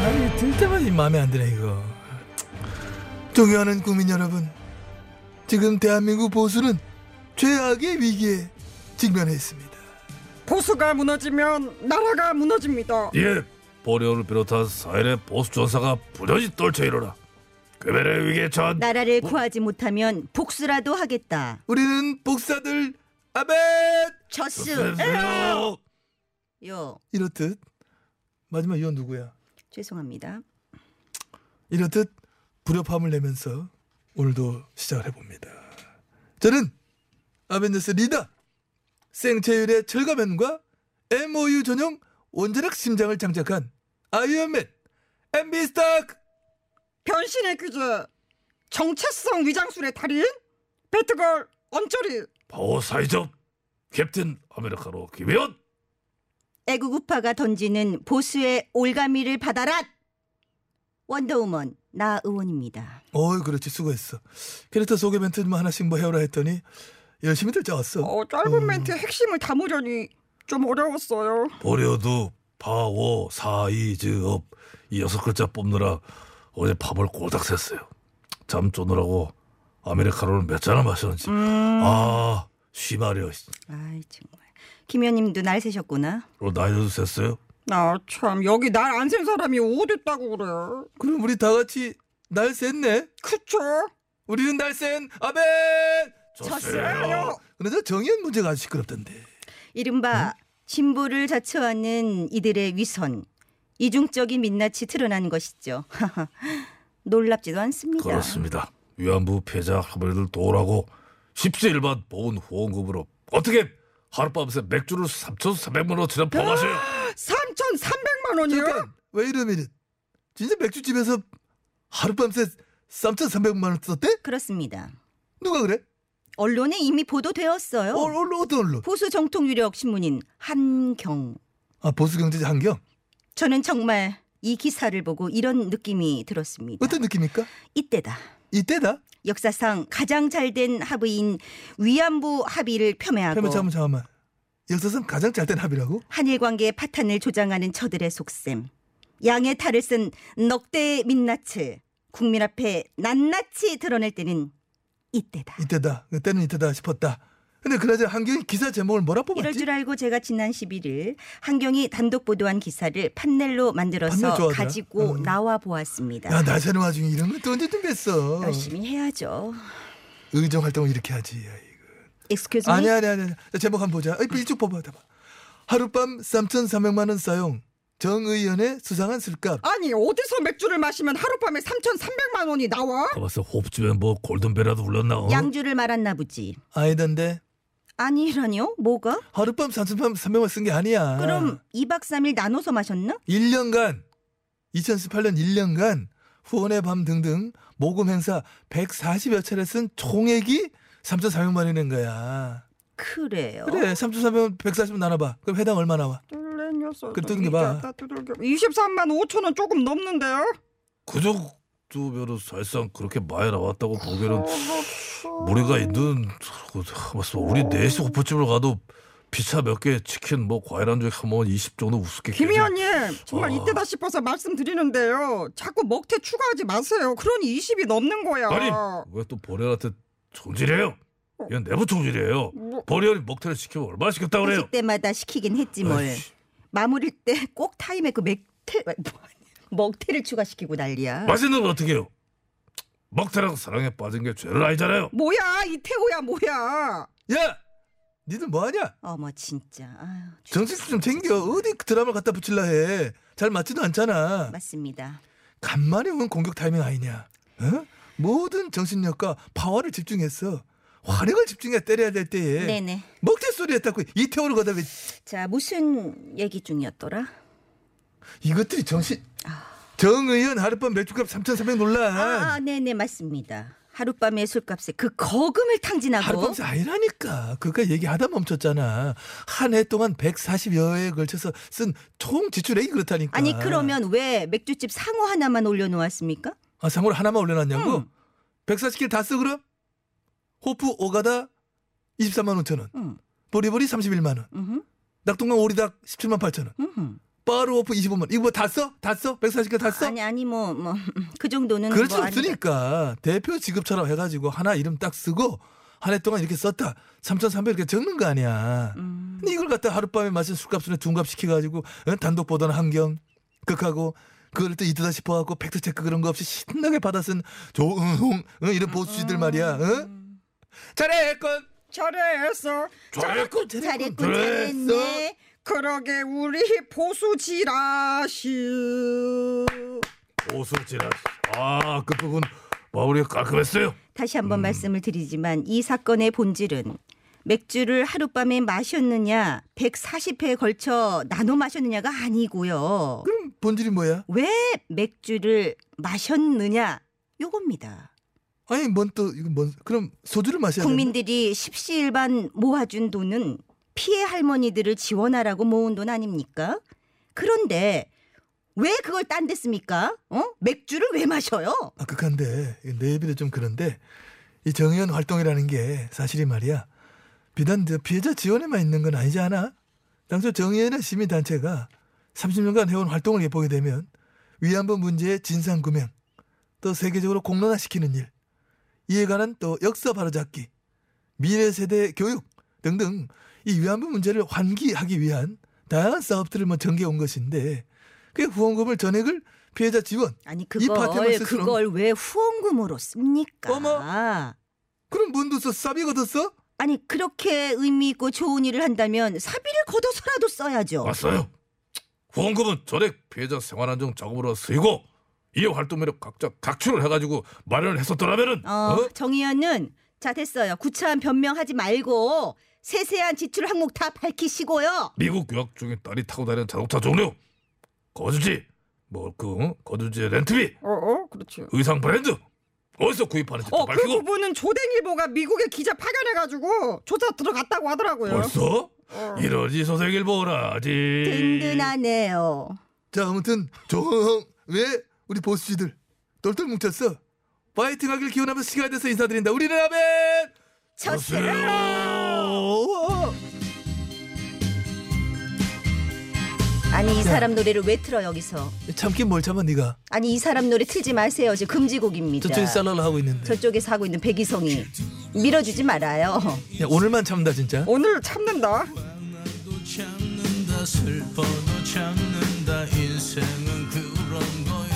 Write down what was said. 아니 들 때마다 이 마음에 안 드네 이거 존경하는 국민 여러분 지금 대한민국 보수는 최악의 위기에 직면해 있습니다 보수가 무너지면 나라가 무너집니다. 예, 보리오를 비롯한 사일의 보수 전사가 부전히 떨쳐 일어나 괴벨의 위기에 처한 나라를 구하지 못하면 복수라도 하겠다. 우리는 복사들 아멘 저스. 세세요. 요. 이렇듯 마지막 이건 누구야 죄송합니다. 이렇듯 불협함을 내면서 오늘도 시작을 해봅니다 저는 아벤져스 리더 생체율의 철거면과 MOU 전용 원자력 심장을 장착한 아이언맨 MB 스타크 변신의 규제, 정체성 위장술의 달인, 배트걸 언저리, 파워 사이적 캡틴 아메리카노 김현 애국 우파가 던지는 보수의 올가미를 받아라. 원더우먼 나 의원입니다. 어이 그렇지 수고했어 캐릭터 소개 멘트 좀 하나씩 뭐 해오라 했더니 열심히들 짜왔어 어, 짧은 음. 멘트의 핵심을 담으려니 좀 어려웠어요. 보리오도 파워 사이즈업 이 여섯 글자 뽑느라 어제 밤을 꼬박 샜어요. 잠 쪼느라고 아메리카노를 몇 잔을 마셨는지 음. 아 쉬마려 아이 정말. 김 의원님도 날 세셨구나. 나이도 셌어요. 나 아, 참 여기 날 안 센 사람이 어딨다고 그래. 그럼 우리 다 같이 날 쎘네 그쵸? 우리는 날 센 아멘 졌어요. 그래서 정의연 문제가 아주 시끄럽던데 이른바 진보를 자처하는 이들의 위선, 이중적인 민낯이 드러난 것이죠. 놀랍지도 않습니다. 그렇습니다. 위안부 피해자 할머니들 도우라고 10세 일반 보훈 후원금으로 어떻게 하룻밤새 맥주를 3,300만 원치나 퍼마셔요. 아. 3,300만 원이요? 잠깐 왜 이러면 진짜 맥주집에서 하룻밤새 3,300만 원 썼대? 그렇습니다. 누가 그래? 언론에 이미 보도되었어요. 어, 얼른 어떤 언론? 보수 정통 유력 신문인 한경. 아 보수경제지 한경 저는 정말 이 기사를 보고 이런 느낌이 들었습니다. 어떤 느낌입니까? 이때다. 아, 이때다? 뭐. 역사상 가장 잘된 합의인 위안부 합의를 폄훼하고 잠깐만 잠깐만 잠깐만 역사상 가장 잘된 합의라고? 한일 관계의 파탄을 조장하는 저들의 속셈. 양의 탈을 쓴 넉대의 민낯을 국민 앞에 낱낱이 드러낼 때는 이때다. 이때다 그때는 이때다 싶었다 근데 그나저나 한경이 기사 제목을 뭐라 이럴 뽑았지? 줄 알고 제가 지난 11일 한경이 단독 보도한 기사를 판넬로 판넬 만들어서 좋아하더라. 가지고 음. 나와 보았습니다. 야날 새는 와중에 이런 건또 언제 좀 뵀어 열심히 해야죠. 의정 활동을 이렇게 하지 아이고. Excuse me. 아니 아니 아니 아니. 자, 제목 한번 보자 이 일쭉 뽑아 봐봐 하룻밤 3,300만 원 사용 정 의원의 수상한 술값 아니 어디서 맥주를 마시면 하룻밤에 3,300만 원이 나와? 아, 가봤어 호흡집에 뭐 골든벨이라도 울렸나? 어? 양주를 말았나 보지. 아니던데 아니라뇨? 뭐가? 하룻밤 3,300만 쓴 게 아니야. 그럼 2박 3일 나눠서 마셨나? 1년간 2018년 1년간 후원의 밤 등등 모금 행사 140여 차례 쓴 총액이 3,400만 원인 거야. 그래요. 그래 3,400만 140만 나눠봐. 그럼 해당 얼마 나와? 뚫려서 그래, 뜯는 게 봐. 23만 5천 원 조금 넘는데요? 그 정도면은 사실상 그렇게 많이 나왔다고 보기에는 아, 뭐. 무리가 있는 그, 맞습니다. 우리 네시 호프집을 가도 피자 몇 개, 치킨 뭐 과일 한 조에 한번 20 정도 우습게 김 깨지. 의원님 정말 어. 이때다 싶어서 말씀드리는데요 자꾸 먹태 추가하지 마세요 그러니 20이 넘는 거야 아니 왜 또 보리한테 총질해요? 이건 내부 총질이에요. 어. 뭐. 보리언이 먹태를 시키면 얼마나 시켰다 그래요? 네. 회식 때마다 시키긴 했지 뭐. 뭘. 아이씨. 마무리 때 꼭 타임에 그 맥태 뭐, 먹태를 추가시키고 난리야. 맛있는 건 어떻게 해요? 먹태랑 사랑에 빠진 게 죄를 아니잖아요. 뭐야 이태호야 뭐야 야, 니들 뭐 하냐? 어머 진짜. 아유, 정신 좀 챙겨. 어디 그 드라마 갖다 붙일라 해. 잘 맞지도 않잖아. 맞습니다. 간만에 온 공격 타이밍 아니냐? 어? 모든 정신력과 파워를 집중했어. 화력을 집중해 때려야 될 때에 네네. 먹태 소리 했다고 이태원을 가다 왜 자 무슨 얘기 중이었더라? 네. 이것들이 정신 정 의원 하룻밤 맥주값 3,300 아, 논란 아 네네 맞습니다. 하룻밤의 술값에 그 거금을 탕진하고 하룻밤이 아니라니까 그까 얘기하다 멈췄잖아 한 해 동안 140여회에 걸쳐서 쓴 총 지출액이 그렇다니까 아니 그러면 왜 맥주집 상호 하나만 올려놓았습니까? 아, 상호를 하나만 올려놨냐고 음. 140개 다 쓰 그럼 호프 오가다 24만 5천 원 음, 보리보리 31만 원 음흠, 낙동강 오리닭 17만 8천 원 음흠. 빠르워프 25만 이거 뭐 다 써? 다 써? 140개 다 써? 아니 아니 뭐 뭐 그 정도는 그럴 수 뭐 아니다. 없으니까 대표 직급처럼 해가지고 하나 이름 딱 쓰고 한 해 동안 이렇게 썼다 3,300 이렇게 적는 거 아니야 음. 근데 이걸 갖다 하룻밤에 마신 술값으로 둔값 시켜가지고 어? 단독 보도는 한경 극하고 그걸 또 이쁘다 싶어갖고 팩트체크 그런 거 없이 신나게 받아 쓴 조응홍 어? 이런 보수지들 음. 말이야 어? 잘했건 잘했어. 잘했군 잘했군 잘했네. 그러게 우리 보수지라시. 오수지라 아그 부분 마무리가 깔끔했어요 다시 음. 한번 말씀을 드리지만 이 사건의 본질은 맥주를 하룻밤에 마셨느냐 140회에 걸쳐 나눠 마셨느냐가 아니고요. 본질이 뭐야? 왜 맥주를 마셨느냐 요겁니다. 아니 뭔 또 이거 뭔 그럼 소주를 마셔야 되나? 국민들이 십시일반 모아준 돈은 피해 할머니들을 지원하라고 모은 돈 아닙니까? 그런데 왜 그걸 딴 데 씁니까? 어? 맥주를 왜 마셔요? 아, 극한데 이거 내 얘기도 좀 그런데 이 정의원 활동이라는 게 사실이 말이야 비단 저 피해자 지원에만 있는 건 아니지 않아? 당초 정의원의 시민단체가 30년간 해온 활동을 이렇게 보게 되면 위안부 문제의 진상규명 또 세계적으로 공론화시키는 일 이에 관한 또 역사 바로잡기 미래 세대 교육 등등 이 위안부 문제를 환기하기 위한 다양한 사업들을 뭐 전개해 온 것인데 그 후원금을 전액을 피해자 지원 아니 이 파트너 그걸 스스로. 그걸 왜 후원금으로 씁니까? 어머. 그럼 문도 써 싸비 걷었어? 아니 그렇게 의미 있고 좋은 일을 한다면 사비를 걷어서라도 써야죠. 맞어요 후원금은 전액 피해자 생활안정 자금으로 쓰이고 이 활동비를 각자 각출을 해가지고 마련을 했었더라면은 어, 어? 정의연은 자 됐어요. 구차한 변명하지 말고 세세한 지출 항목 다 밝히시고요. 미국 유학 중에 딸이 타고 다니는 자동차 종류 거주지 뭐그 거주지 렌트비 어, 어, 그렇지. 의상 브랜드 어디서 구입하는지 다 어, 그 밝히고 부분은 조댕일보가 미국에 기자 파견해가지고 조사 들어갔다고 하더라고요. 벌써 어. 이러지 소생일 보라지 든든하네요. 자 아무튼 조홍 왜 우리 보수지들 똘똘 뭉쳤어? 파이팅 하길 기원하면서 시간이 돼서 인사드린다 우리는 아멘 어, 좋습니다. 아니 이 사람 노래를 왜 틀어 여기서? 참긴 뭘 참아 네가 아니 이 사람 노래 틀지 마세요. 지금 금지곡입니다. 저쪽에 살라라 하고 있는데 저쪽에서 하고 있는 백이성이 밀어주지 말아요. 야, 오늘만 참다 진짜 오늘 참는다. 참는다 슬퍼도 참는다 인생은 그런 거야